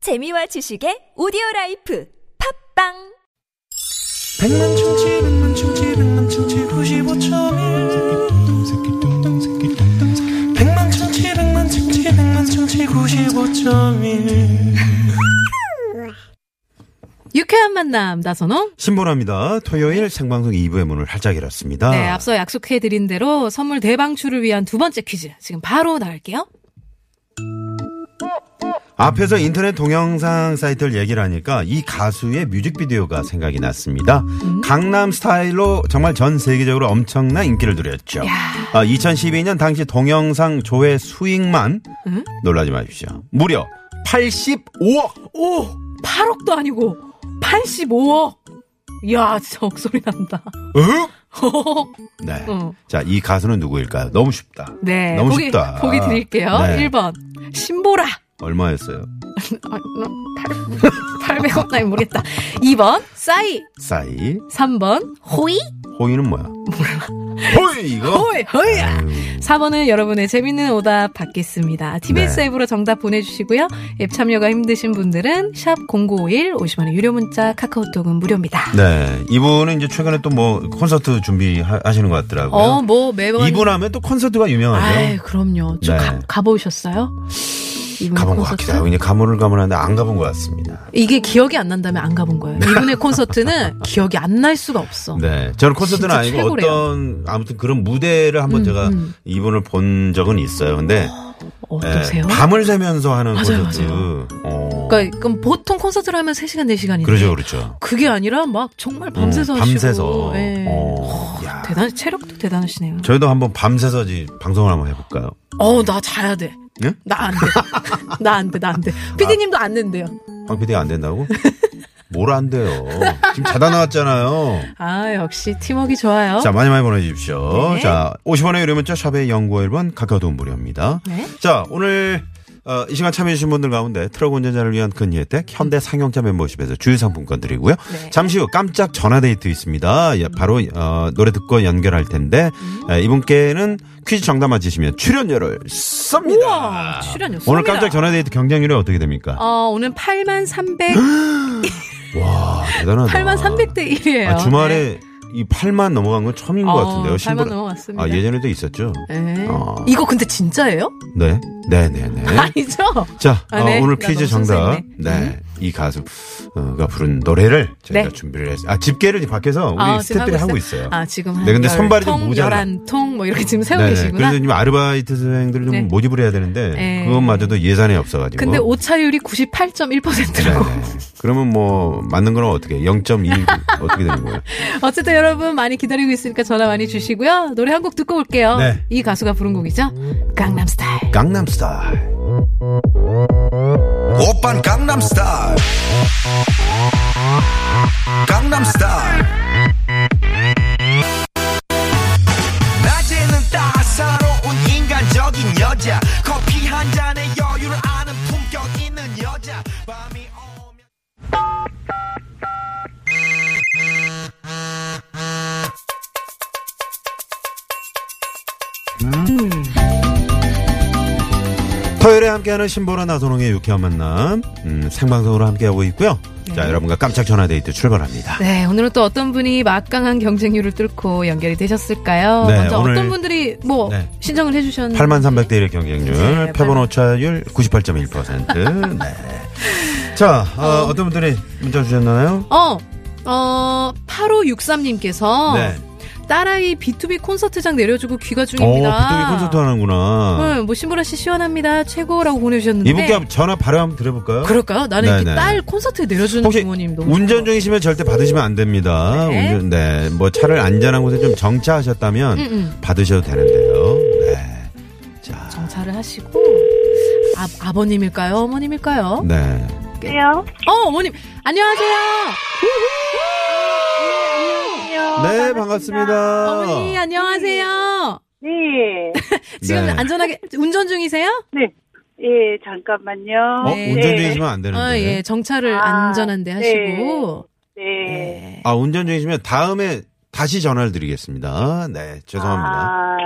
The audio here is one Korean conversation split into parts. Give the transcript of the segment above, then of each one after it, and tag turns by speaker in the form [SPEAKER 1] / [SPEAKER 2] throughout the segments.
[SPEAKER 1] 재미와 지식의 오디오 라이프 팝빵
[SPEAKER 2] 백만 충치 백만 충치 백만 충치 구십오점일 백만 충치 백만 충치 백만 충치 구십오점일
[SPEAKER 3] 유쾌한 만남 나선홍.
[SPEAKER 4] 신보라입니다. 토요일 생방송 2부의 문을 활짝 열었습니다.
[SPEAKER 3] 네, 앞서 약속해 드린 대로 선물 대방출을 위한 두 번째 퀴즈 지금 바로 나갈게요.
[SPEAKER 4] 앞에서 인터넷 동영상 사이트를 얘기를 하니까 이 가수의 뮤직비디오가 생각이 났습니다.
[SPEAKER 3] 음.
[SPEAKER 4] 강남 스타일로 정말 전 세계적으로 엄청난 인기를 누렸죠. 아, 2012년 당시 동영상 조회 수익만 놀라지 마십시오. 무려 85억!
[SPEAKER 3] 오, 8억도 아니고 85억. 이야, 진짜 억소리 난다.
[SPEAKER 4] 응? 네.
[SPEAKER 3] 어.
[SPEAKER 4] 자, 이 가수는 누구일까요? 너무 쉽다.
[SPEAKER 3] 네,
[SPEAKER 4] 너무
[SPEAKER 3] 보기,
[SPEAKER 4] 쉽다.
[SPEAKER 3] 보기 드릴게요.
[SPEAKER 4] 네.
[SPEAKER 3] 1번 신보라.
[SPEAKER 4] 얼마였어요?
[SPEAKER 3] 아, 음, 팔 800원 나이 모르겠다. 2번 싸이.
[SPEAKER 4] 싸이.
[SPEAKER 3] 3번 호이.
[SPEAKER 4] 호이는 뭐야? 호이 이거?
[SPEAKER 3] 호이 호이야.
[SPEAKER 4] 아유.
[SPEAKER 3] 4번은 여러분의 재밌는 오답 받겠습니다. TBS
[SPEAKER 4] 네.
[SPEAKER 3] 앱으로 정답 보내주시고요. 앱 참여가 힘드신 분들은 샵 0951, 50원의 유료 문자, 카카오톡은 무료입니다.
[SPEAKER 4] 네. 이분은 이제 최근에 또 뭐 콘서트 준비하시는 것 같더라고요.
[SPEAKER 3] 어, 뭐 매번.
[SPEAKER 4] 이분 하면 또 콘서트가
[SPEAKER 3] 아이,
[SPEAKER 4] 유명하죠.
[SPEAKER 3] 그럼요. 좀
[SPEAKER 4] 네.
[SPEAKER 3] 가, 가보셨어요? 이분
[SPEAKER 4] 가본 것
[SPEAKER 3] 콘서트?
[SPEAKER 4] 같기도 하고, 이제 가문을 가문하는데 안 가본 것 같습니다.
[SPEAKER 3] 이게 기억이 안 난다면 안 가본 거예요. 이분의 콘서트는 기억이 안 날 수가 없어.
[SPEAKER 4] 네. 저는 콘서트는
[SPEAKER 3] 진짜
[SPEAKER 4] 아니고
[SPEAKER 3] 최고래요. 음,
[SPEAKER 4] 어떤, 아무튼 그런 무대를 한번 제가 이분을 본 적은 있어요. 근데,
[SPEAKER 3] 어떠세요?
[SPEAKER 4] 네, 밤을 새면서 하는
[SPEAKER 3] 맞아요,
[SPEAKER 4] 콘서트.
[SPEAKER 3] 맞아요.
[SPEAKER 4] 어.
[SPEAKER 3] 그러니까 그럼 보통 콘서트를 하면 3시간, 4시간인데.
[SPEAKER 4] 그러죠, 그렇죠.
[SPEAKER 3] 게 아니라 막 정말 밤새서
[SPEAKER 4] 음,
[SPEAKER 3] 하시고.
[SPEAKER 4] 밤새서.
[SPEAKER 3] 예.
[SPEAKER 4] 어, 야.
[SPEAKER 3] 대단, 체력도 대단하시네요.
[SPEAKER 4] 저희도 한번 밤새서 이 방송을 한번 해볼까요?
[SPEAKER 3] 어, 나 자야 돼.
[SPEAKER 4] 예?
[SPEAKER 3] 나 안 돼. 나 안 돼, 나 안 돼. 피디님도 안 된대요.
[SPEAKER 4] 황 PD가 안 된다고? 뭘 안 돼요. 지금 자다 나왔잖아요.
[SPEAKER 3] 아, 역시 팀워크 좋아요.
[SPEAKER 4] 자, 많이 많이 보내주십시오.
[SPEAKER 3] 어? 네.
[SPEAKER 4] 자, 50원의 유료 문자 샵의 연구 1번 카카오돈 무료입니다.
[SPEAKER 3] 네.
[SPEAKER 4] 자, 오늘 어, 이 시간 참여해주신 분들 가운데 트럭 운전자를 위한 근혜택 현대 상용차 멤버십에서 주유상품권 드리고요.
[SPEAKER 3] 네.
[SPEAKER 4] 잠시 후 깜짝 전화데이트 있습니다. 예, 바로 어, 노래 듣고 연결할 텐데
[SPEAKER 3] 음.
[SPEAKER 4] 예, 이분께는 퀴즈 정답 맞히시면 출연료를 쏩니다.
[SPEAKER 3] 우와, 출연료
[SPEAKER 4] 오늘
[SPEAKER 3] 쏩니다.
[SPEAKER 4] 깜짝 전화데이트 경쟁률이 어떻게 됩니까?
[SPEAKER 3] 어, 오늘 8만 300,
[SPEAKER 4] 아. 와, 아, 대단하다.
[SPEAKER 3] 8만 300대 1이에요. 네.
[SPEAKER 4] 아, 주말에 이 8만 넘어간 건 처음인 것
[SPEAKER 3] 어,
[SPEAKER 4] 같은데요.
[SPEAKER 3] 8만
[SPEAKER 4] 신보라-
[SPEAKER 3] 넘어갔습니다.
[SPEAKER 4] 아, 예전에도 있었죠.
[SPEAKER 3] 네.
[SPEAKER 4] 어.
[SPEAKER 3] 이거 근데 진짜예요?
[SPEAKER 4] 네. 네네네.
[SPEAKER 3] 아니죠?
[SPEAKER 4] 자,
[SPEAKER 3] 아,
[SPEAKER 4] 어,
[SPEAKER 3] 네.
[SPEAKER 4] 오늘
[SPEAKER 3] 나
[SPEAKER 4] 퀴즈
[SPEAKER 3] 너무
[SPEAKER 4] 정답.
[SPEAKER 3] 순수했네.
[SPEAKER 4] 네. 이 가수가 부른 노래를 저희가
[SPEAKER 3] 네.
[SPEAKER 4] 준비를 했어요. 아, 집계를 밖에서 우리
[SPEAKER 3] 아, 지금
[SPEAKER 4] 스태프들이 하고 있어요.
[SPEAKER 3] 아, 지금 한
[SPEAKER 4] 네, 근데 선발이 좀
[SPEAKER 3] 10통,
[SPEAKER 4] 모자라.
[SPEAKER 3] 11통 뭐 이렇게 지금 세우고
[SPEAKER 4] 네네.
[SPEAKER 3] 계시구나.
[SPEAKER 4] 그래서 지금 아르바이트 생들을 좀
[SPEAKER 3] 네.
[SPEAKER 4] 모집을 해야 되는데
[SPEAKER 3] 네.
[SPEAKER 4] 그것마저도 예산이 없어가지고.
[SPEAKER 3] 근데 오차율이 98.1%라고.
[SPEAKER 4] 뭐 네네. 그러면 뭐 맞는 거는 어떻게? 0.2 어떻게 되는 거예요?
[SPEAKER 3] 어쨌든 여러분 많이 기다리고 있으니까 전화 많이 주시고요. 노래 한 곡 듣고 올게요.
[SPEAKER 4] 네.
[SPEAKER 3] 이 가수가 부른 곡이죠. 강남스타일.
[SPEAKER 4] 강남스타일.
[SPEAKER 5] 오빤 강남스타일 강남스타일 낮에는 따사로운 인간적인 여자 커피 한 잔에 여유를 아는 품격 있는 여자 밤이 오면
[SPEAKER 4] 토요일에 함께하는 신보라 나선홍의 유쾌한 만남 음, 생방송으로 함께하고 있고요. 자 여러분과 깜짝 전화데이트 출발합니다.
[SPEAKER 3] 네, 오늘은 또 어떤 분이 막강한 경쟁률을 뚫고 연결이 되셨을까요?
[SPEAKER 4] 네,
[SPEAKER 3] 먼저
[SPEAKER 4] 오늘-
[SPEAKER 3] 어떤 분들이 뭐
[SPEAKER 4] 네.
[SPEAKER 3] 신청을 해주셨는지.
[SPEAKER 4] 8만 300대 1의 경쟁률,
[SPEAKER 3] 네,
[SPEAKER 4] 표본 오차율 98.1%. 네. 자 어, 떤 분들이 문자 주셨나요?
[SPEAKER 3] 어, 어, 8563님께서
[SPEAKER 4] 네.
[SPEAKER 3] 딸아이 B2B 콘서트장 내려주고 귀가
[SPEAKER 4] 어
[SPEAKER 3] 중입니다.
[SPEAKER 4] 비투비 콘서트 하는구나.
[SPEAKER 3] 응, 뭐 신보라 씨 시원합니다. 최고라고 보내주셨는데.
[SPEAKER 4] 이분께 한번 전화 바로 한번 드려볼까요?
[SPEAKER 3] 네. 그럴까요? 나는 이렇게
[SPEAKER 4] 네네.
[SPEAKER 3] 딸 콘서트 내려주는
[SPEAKER 4] 혹시
[SPEAKER 3] 부모님 너무
[SPEAKER 4] 운전 중이시면 절대 받으시면 안 됩니다.
[SPEAKER 3] 네.
[SPEAKER 4] 운전, 네. 뭐 차를 안전한 곳에 좀 정차하셨다면
[SPEAKER 3] 응, 응.
[SPEAKER 4] 받으셔도 되는데요. 네. 자,
[SPEAKER 3] 정찰을 하시고 아, 아버님일까요 어머님일까요?
[SPEAKER 4] 네.
[SPEAKER 6] 안녕하세요.
[SPEAKER 3] 어 어머님 안녕하세요
[SPEAKER 4] 네, 반갑습니다.
[SPEAKER 3] 아, 어머니 안녕하세요
[SPEAKER 6] 네.
[SPEAKER 3] 지금
[SPEAKER 4] 네.
[SPEAKER 3] 안전하게 운전 중이세요? 아,
[SPEAKER 6] 네. 예, 잠깐만요.
[SPEAKER 4] 어,
[SPEAKER 3] 네.
[SPEAKER 4] 운전 중이시면 안 되는데.
[SPEAKER 3] 아 예 정찰을
[SPEAKER 6] 아,
[SPEAKER 3] 안전한데
[SPEAKER 6] 네.
[SPEAKER 3] 하시고
[SPEAKER 6] 네.
[SPEAKER 4] 아, 운전 중이시면 다음에 다시 전화를 드리겠습니다. 네, 죄송합니다.
[SPEAKER 6] 아,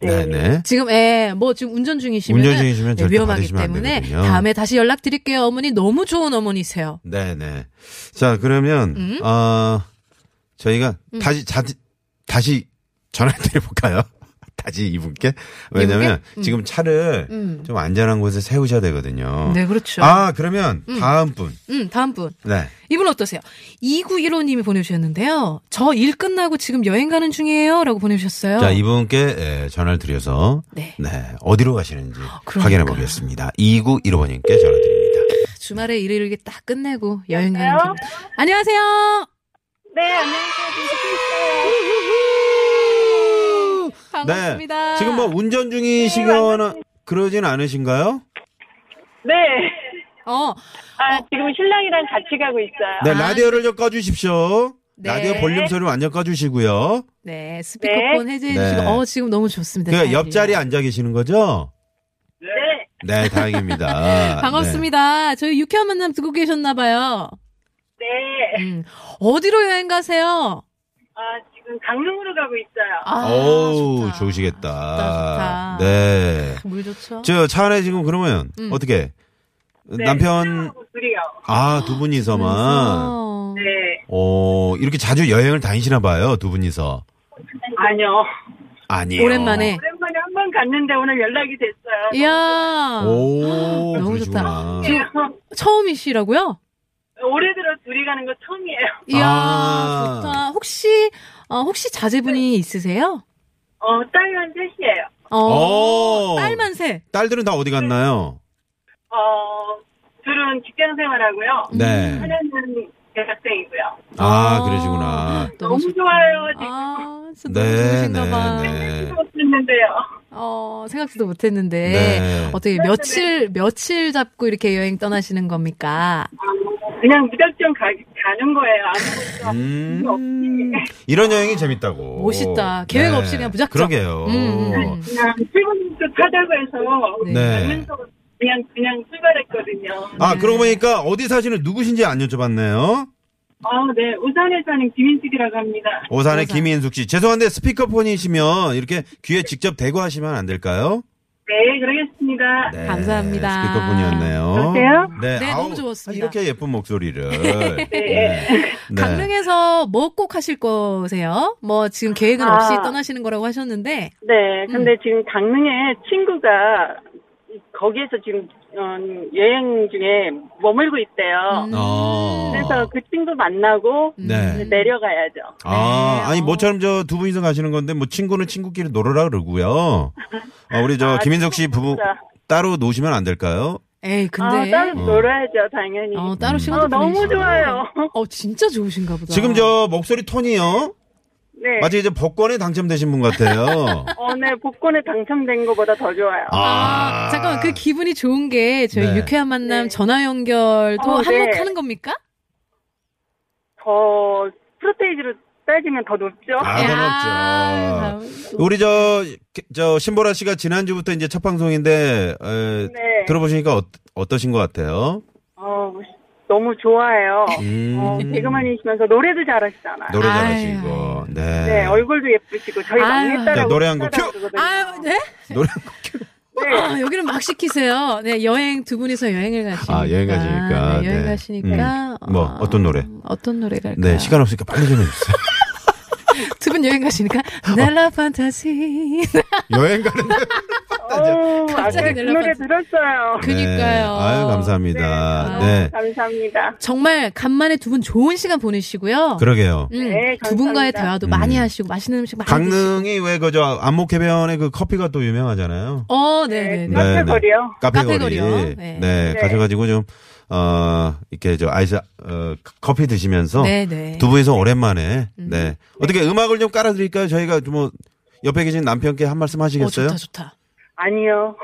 [SPEAKER 4] 네, 네.
[SPEAKER 3] 지금 애 뭐 지금 운전 중이시면
[SPEAKER 4] 운전 중이시면 절대
[SPEAKER 3] 위험하기
[SPEAKER 4] 받으시면 안
[SPEAKER 3] 때문에
[SPEAKER 4] 되거든요.
[SPEAKER 3] 다음에 다시 연락 드릴게요. 어머니 너무 좋은 어머니세요.
[SPEAKER 4] 네, 네. 자, 그러면
[SPEAKER 3] 음?
[SPEAKER 4] 어 저희가 다시 자, 다시 전화 드려 볼까요? 다시 이분께. 왜냐면 지금 차를
[SPEAKER 3] 음.
[SPEAKER 4] 좀 안전한 곳에 세우셔야 되거든요.
[SPEAKER 3] 네, 그렇죠.
[SPEAKER 4] 아, 그러면 다음 분.
[SPEAKER 3] 음, 다음 분.
[SPEAKER 4] 네.
[SPEAKER 3] 이분 어떠세요? 2915님이 보내주셨는데요. 저 일 끝나고 지금 여행 가는 중이에요. 라고 보내주셨어요.
[SPEAKER 4] 자, 이분께 예, 전화를 드려서
[SPEAKER 3] 네.
[SPEAKER 4] 네. 어디로 가시는지
[SPEAKER 3] 그러니까요.
[SPEAKER 4] 확인해 보겠습니다. 2915번님께 전화 드립니다.
[SPEAKER 3] 주말에 일을 이렇게 딱 끝내고 여행 가는 중. 안녕하세요.
[SPEAKER 6] 네, 안녕하세요. 김숙희예요.
[SPEAKER 3] 반갑습니다.
[SPEAKER 4] 네. 지금 뭐 운전
[SPEAKER 3] 네,
[SPEAKER 4] 중이시거나 그러진 않으신가요?
[SPEAKER 6] 네.
[SPEAKER 3] 어,
[SPEAKER 6] 아, 지금 신랑이랑 같이 가고 있어요.
[SPEAKER 4] 네,
[SPEAKER 3] 아.
[SPEAKER 4] 라디오를 좀 꺼주십시오.
[SPEAKER 3] 네.
[SPEAKER 4] 라디오 볼륨 소리 완전 꺼주시고요.
[SPEAKER 3] 네. 스피커폰 해제해
[SPEAKER 4] 네.
[SPEAKER 3] 주시고, 어, 지금 너무 좋습니다.
[SPEAKER 4] 그
[SPEAKER 3] 사연이.
[SPEAKER 4] 옆자리에 앉아 계시는 거죠?
[SPEAKER 6] 네.
[SPEAKER 4] 네, 다행입니다. 네.
[SPEAKER 3] 반갑습니다. 아, 네. 저희 유쾌한 만남 듣고 계셨나봐요.
[SPEAKER 6] 네.
[SPEAKER 3] 음. 어디로 여행 가세요?
[SPEAKER 6] 아, 지금 강릉으로 가고 있어요.
[SPEAKER 4] 네.
[SPEAKER 3] 아,
[SPEAKER 4] 어우,
[SPEAKER 3] 좋다.
[SPEAKER 4] 좋으시겠다.
[SPEAKER 3] 좋다, 좋다.
[SPEAKER 4] 네.
[SPEAKER 3] 물 좋죠?
[SPEAKER 4] 저 차 안에 지금 그러면
[SPEAKER 3] 음.
[SPEAKER 4] 어떻게
[SPEAKER 6] 네,
[SPEAKER 4] 남편
[SPEAKER 6] 신랑하고 둘이요.
[SPEAKER 4] 아, 두
[SPEAKER 3] 그래서
[SPEAKER 4] 분이서만.
[SPEAKER 6] 네.
[SPEAKER 4] 어, 이렇게 자주 여행을 다니시나 봐요, 두 분이서.
[SPEAKER 6] 아니요.
[SPEAKER 4] 아니요.
[SPEAKER 3] 오랜만에.
[SPEAKER 6] 오랜만에 한 번 갔는데 오늘 연락이 됐어요.
[SPEAKER 4] 예.
[SPEAKER 3] 이야.
[SPEAKER 4] 오,
[SPEAKER 3] 아, 너무
[SPEAKER 4] 그러시구나.
[SPEAKER 3] 좋다. 처음이시라고요?
[SPEAKER 6] 네. 올해 들어 둘이 가는 거 처음이에요.
[SPEAKER 3] 이야,
[SPEAKER 4] 아.
[SPEAKER 3] 좋다. 혹시, 어, 혹시 자제분이 있으세요?
[SPEAKER 6] 어, 딸이랑 셋이에요.
[SPEAKER 4] 오.
[SPEAKER 3] 어, 딸만 셋.
[SPEAKER 4] 딸들은 다 어디 갔나요?
[SPEAKER 6] 어, 둘은 직장 생활하고요.
[SPEAKER 4] 네.
[SPEAKER 6] 음. 하나는 대학생이고요.
[SPEAKER 4] 아, 그러시구나.
[SPEAKER 6] 너무,
[SPEAKER 3] 좋다.
[SPEAKER 6] 좋아요. 지금
[SPEAKER 3] 아, 진짜 너무
[SPEAKER 4] 네,
[SPEAKER 3] 좋으신가 봐.
[SPEAKER 4] 네, 네.
[SPEAKER 6] 좋았는데요.
[SPEAKER 3] 어, 생각지도 못했는데.
[SPEAKER 4] 네.
[SPEAKER 3] 어떻게 며칠, 며칠 잡고 이렇게 여행 떠나시는 겁니까?
[SPEAKER 6] 그냥 무작정 가, 가는 거예요. 아무것도
[SPEAKER 4] 음.
[SPEAKER 6] 없이.
[SPEAKER 4] 이런 여행이 재밌다고. 네.
[SPEAKER 3] 멋있다. 계획 없이 그냥 무작정.
[SPEAKER 4] 그러게요. 어.
[SPEAKER 3] 음, 음, 음.
[SPEAKER 6] 그냥 출근도 타자고 해서
[SPEAKER 3] 네.
[SPEAKER 4] 네.
[SPEAKER 6] 가면서 그냥 그냥 출발했거든요.
[SPEAKER 4] 아, 그러고 보니까 어디 사시는 누구신지 안 여쭤봤네요.
[SPEAKER 6] 아, 네. 우산에 사는 김인식이라고 합니다.
[SPEAKER 4] 오산의
[SPEAKER 3] 오산.
[SPEAKER 4] 김인숙 씨. 죄송한데 스피커폰이시면 이렇게 귀에 직접 대고 하시면 안 될까요?
[SPEAKER 6] 네, 그러겠습니다. 어.
[SPEAKER 4] 네,
[SPEAKER 3] 감사합니다.
[SPEAKER 4] 스피커폰이었네요.
[SPEAKER 6] 여보세요?
[SPEAKER 4] 네,
[SPEAKER 3] 네,
[SPEAKER 4] 아우,
[SPEAKER 3] 너무 좋았습니다.
[SPEAKER 4] 이렇게 예쁜 목소리를. 네. 네.
[SPEAKER 3] 강릉에서 뭐 꼭 하실 거세요? 뭐 지금 계획은 없이
[SPEAKER 6] 아.
[SPEAKER 3] 떠나시는 거라고 하셨는데.
[SPEAKER 6] 네, 근데 지금 강릉에 친구가 거기에서 지금 어, 여행 중에 머물고 있대요.
[SPEAKER 3] 음.
[SPEAKER 4] 어.
[SPEAKER 6] 그래서 그 친구 만나고
[SPEAKER 4] 네.
[SPEAKER 6] 이제 내려가야죠.
[SPEAKER 4] 아,
[SPEAKER 3] 네.
[SPEAKER 4] 아니 모처럼 저 두 분이서 가시는 건데 뭐 친구는 친구끼리 놀으라 그러고요. 어, 우리 저
[SPEAKER 6] 아,
[SPEAKER 4] 김인석 씨 부부
[SPEAKER 6] 친구보다.
[SPEAKER 4] 따로 노시면 안 될까요?
[SPEAKER 3] 에이,
[SPEAKER 6] 아,
[SPEAKER 3] 근데.
[SPEAKER 6] 따로
[SPEAKER 4] 어.
[SPEAKER 6] 놀아야죠, 당연히.
[SPEAKER 3] 어, 따로
[SPEAKER 4] 음.
[SPEAKER 3] 시간
[SPEAKER 6] 아,
[SPEAKER 3] 도
[SPEAKER 6] 너무 좋아요.
[SPEAKER 3] 어, 진짜 좋으신가 보다.
[SPEAKER 4] 지금 저 목소리 톤이요.
[SPEAKER 6] 네.
[SPEAKER 4] 마치 이제 복권에 당첨되신 분 같아요.
[SPEAKER 6] 오늘 복권에 당첨된 것보다 더 좋아요.
[SPEAKER 3] 아, 잠깐만 그 기분이 좋은 게 저희
[SPEAKER 4] 네.
[SPEAKER 3] 유쾌한 만남
[SPEAKER 6] 네.
[SPEAKER 3] 전화 연결도
[SPEAKER 6] 어, 네.
[SPEAKER 3] 한몫하는 겁니까?
[SPEAKER 6] 더 프로테이지로 따지면 더 높죠.
[SPEAKER 4] 아,
[SPEAKER 3] 야,
[SPEAKER 4] 그건 없죠. 우리 저, 저, 신보라 씨가 지난주부터 이제 첫 방송인데, 에,
[SPEAKER 6] 네.
[SPEAKER 4] 들어보시니까 어, 떠신것 같아요?
[SPEAKER 6] 어, 너무 좋아해요.
[SPEAKER 4] 음.
[SPEAKER 6] 어, 개그맨이시면서 노래도 잘하시잖아요.
[SPEAKER 4] 노래
[SPEAKER 3] 아유.
[SPEAKER 4] 잘하시고, 네.
[SPEAKER 6] 네, 얼굴도 예쁘시고 저희 많이
[SPEAKER 3] 아유.
[SPEAKER 4] 자,
[SPEAKER 6] 했다라고
[SPEAKER 4] 노래 한곡 큐!
[SPEAKER 6] 따라하거든요.
[SPEAKER 3] 아, 네?
[SPEAKER 4] 노래,
[SPEAKER 3] 아, 여기는 막 시키세요. 네, 여행 두 분이서 여행을 가시니까.
[SPEAKER 4] 아, 여행 가시니까.
[SPEAKER 3] 네, 여행
[SPEAKER 4] 네.
[SPEAKER 3] 가시니까.
[SPEAKER 4] 음. 뭐, 어떤 노래?
[SPEAKER 3] 어떤 노래 갈까요?
[SPEAKER 4] 네, 시간 없으니까 빨리 좀 해주세요.
[SPEAKER 3] 두 분 여행 가시니까 네,
[SPEAKER 4] 어.
[SPEAKER 3] 날라 판타지.
[SPEAKER 4] 네. 여행 가는데.
[SPEAKER 6] 어우,
[SPEAKER 3] 갑자기
[SPEAKER 6] 아까 그
[SPEAKER 3] 연락
[SPEAKER 6] 노래
[SPEAKER 3] 왔어요.
[SPEAKER 6] 들었어요.
[SPEAKER 3] 그니까요.
[SPEAKER 4] 네. 아유, 감사합니다. 네.
[SPEAKER 6] 감사합니다.
[SPEAKER 3] 정말 간만에 두 분 좋은 시간 보내시고요.
[SPEAKER 4] 그러게요.
[SPEAKER 3] 음, 아,
[SPEAKER 6] 네,
[SPEAKER 3] 두 분과의
[SPEAKER 6] 감사합니다.
[SPEAKER 3] 대화도
[SPEAKER 4] 음.
[SPEAKER 3] 많이 하시고 맛있는 음식 많이 드시고.
[SPEAKER 4] 강릉이 왜 그저 안목해변에 그 커피가 또 유명하잖아요.
[SPEAKER 3] 어,
[SPEAKER 6] 네,
[SPEAKER 3] 네, 네.
[SPEAKER 4] 네.
[SPEAKER 6] 카페 거리요.
[SPEAKER 4] 카페
[SPEAKER 3] 카페
[SPEAKER 4] 거리.
[SPEAKER 3] 거리요.
[SPEAKER 4] 네.
[SPEAKER 3] 네.
[SPEAKER 4] 가셔가지고 좀, 어, 이렇게 저 아이스, 어, 커피 드시면서.
[SPEAKER 3] 네, 네.
[SPEAKER 4] 어,
[SPEAKER 3] 음.
[SPEAKER 4] 두 분이서 오랜만에. 네. 어떻게 음악을 좀 깔아드릴까요? 저희가 뭐, 옆에 계신 남편께 한 말씀
[SPEAKER 3] 어,
[SPEAKER 4] 하시겠어요?
[SPEAKER 3] 좋다, 좋다.
[SPEAKER 6] 아니요.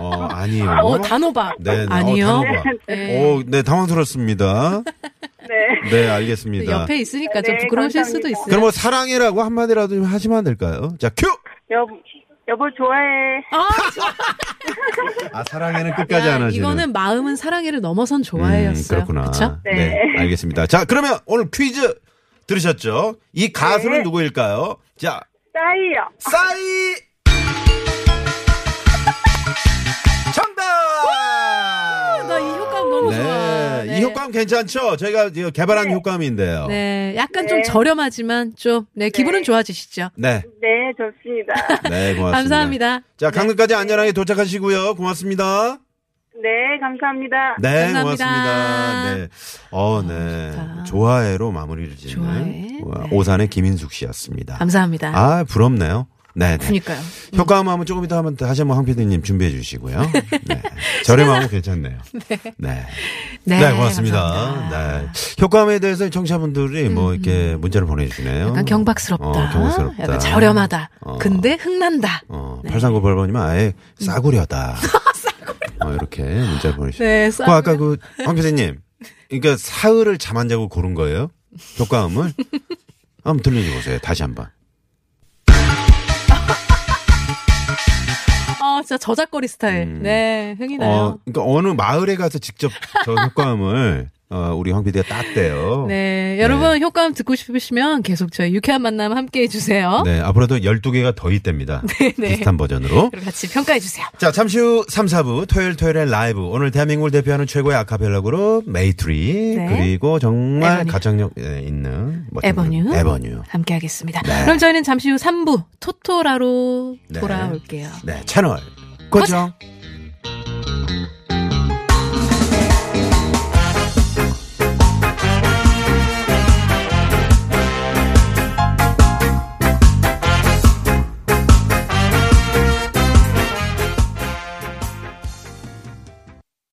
[SPEAKER 4] 어, 아니요.
[SPEAKER 3] 어, 단호박.
[SPEAKER 4] 네, 네.
[SPEAKER 3] 아니요.
[SPEAKER 4] 어, 단호박.
[SPEAKER 3] 네.
[SPEAKER 4] 오, 네, 당황스럽습니다.
[SPEAKER 6] 네.
[SPEAKER 4] 네, 알겠습니다.
[SPEAKER 3] 옆에 있으니까 좀
[SPEAKER 6] 네,
[SPEAKER 3] 부끄러우실
[SPEAKER 6] 감사합니다.
[SPEAKER 3] 수도 있어요.
[SPEAKER 4] 그럼 뭐 사랑해라고 한마디라도 좀 하시면 안 될까요? 자, 큐!
[SPEAKER 6] 여보, 여보 좋아해.
[SPEAKER 3] 아,
[SPEAKER 4] 아, 사랑해는 끝까지 안 하시는.
[SPEAKER 3] 이거는 마음은 사랑해를 넘어선
[SPEAKER 4] 음,
[SPEAKER 3] 좋아해였어요.
[SPEAKER 4] 그렇구나.
[SPEAKER 3] 그쵸?
[SPEAKER 4] 네. 알겠습니다. 자, 그러면 오늘 퀴즈
[SPEAKER 3] 네.
[SPEAKER 4] 들으셨죠? 이 가수는 누구일까요? 자,
[SPEAKER 6] 싸이요.
[SPEAKER 4] 싸이!
[SPEAKER 3] 아, 네.
[SPEAKER 4] 이 효과음 괜찮죠? 저희가 이거 개발한 효과음인데요. 네.
[SPEAKER 3] 네, 약간 좀 저렴하지만 좀, 네, 기분은 좋아지시죠?
[SPEAKER 4] 네.
[SPEAKER 6] 네, 좋습니다.
[SPEAKER 4] 고맙습니다.
[SPEAKER 3] 감사합니다. 네.
[SPEAKER 4] 자, 강릉까지 안전하게 도착하시고요. 고맙습니다.
[SPEAKER 6] 네, 감사합니다.
[SPEAKER 4] 네,
[SPEAKER 3] 감사합니다. 아,
[SPEAKER 4] 고맙습니다. 네. 어, 네.
[SPEAKER 3] 좋다.
[SPEAKER 4] 좋아해로 마무리를 짓는
[SPEAKER 3] 좋아해.
[SPEAKER 4] 와,
[SPEAKER 3] 네.
[SPEAKER 4] 오산의 김인숙 씨였습니다.
[SPEAKER 3] 감사합니다.
[SPEAKER 4] 아, 부럽네요. 네, 네.
[SPEAKER 3] 그러니까요.
[SPEAKER 4] 효과음 하면 조금 이따 한번 다시 한번 황 PD님 준비해 주시고요. 네. 저렴하고 괜찮네요. 네. 네. 고맙습니다.
[SPEAKER 3] 감사합니다. 음,
[SPEAKER 4] 네. 효과음에 대해서 청취자분들이 뭐 이렇게 문자를 보내주시네요.
[SPEAKER 3] 약간 경박스럽다.
[SPEAKER 4] 어, 경박스럽다.
[SPEAKER 3] 약간 저렴하다. 네.
[SPEAKER 4] 어.
[SPEAKER 3] 근데 흥난다.
[SPEAKER 4] 어, 8398번이면 아예 싸구려다. 어, 이렇게 문자를 보내주시고.
[SPEAKER 3] 네,
[SPEAKER 4] 그 아까 그, 황 PD님. 그러니까 사흘을 잠 안 자고 고른 거예요? 효과음을? 한번 들려주세요. 다시 한 번.
[SPEAKER 3] 아, 진짜 저작거리 스타일. 네, 흥이
[SPEAKER 4] 어,
[SPEAKER 3] 나요.
[SPEAKER 4] 그러니까 어느 마을에 가서 직접 저 효과음을 어, 우리 황 PD가 땄대요.
[SPEAKER 3] 네, 여러분 효과음 듣고 싶으시면 계속 저희 유쾌한 만남 함께 해주세요.
[SPEAKER 4] 네, 앞으로도 12개가 더 있답니다.
[SPEAKER 3] 네.
[SPEAKER 4] 비슷한 버전으로.
[SPEAKER 3] 그리고 같이 평가해주세요.
[SPEAKER 4] 자, 잠시 후 3, 4부 토요일 토요일의 라이브. 오늘 대한민국을 대표하는 최고의 아카펠라 그룹 메이트리
[SPEAKER 3] 네.
[SPEAKER 4] 그리고 정말
[SPEAKER 3] 에버뉴.
[SPEAKER 4] 가창력 예, 있는 멋진
[SPEAKER 3] 에버뉴.
[SPEAKER 4] 그룹, 에버뉴.
[SPEAKER 3] 함께 하겠습니다. 그럼 저희는 잠시 후 3부 토토라로
[SPEAKER 4] 네.
[SPEAKER 3] 돌아올게요.
[SPEAKER 4] 네, 채널 고정.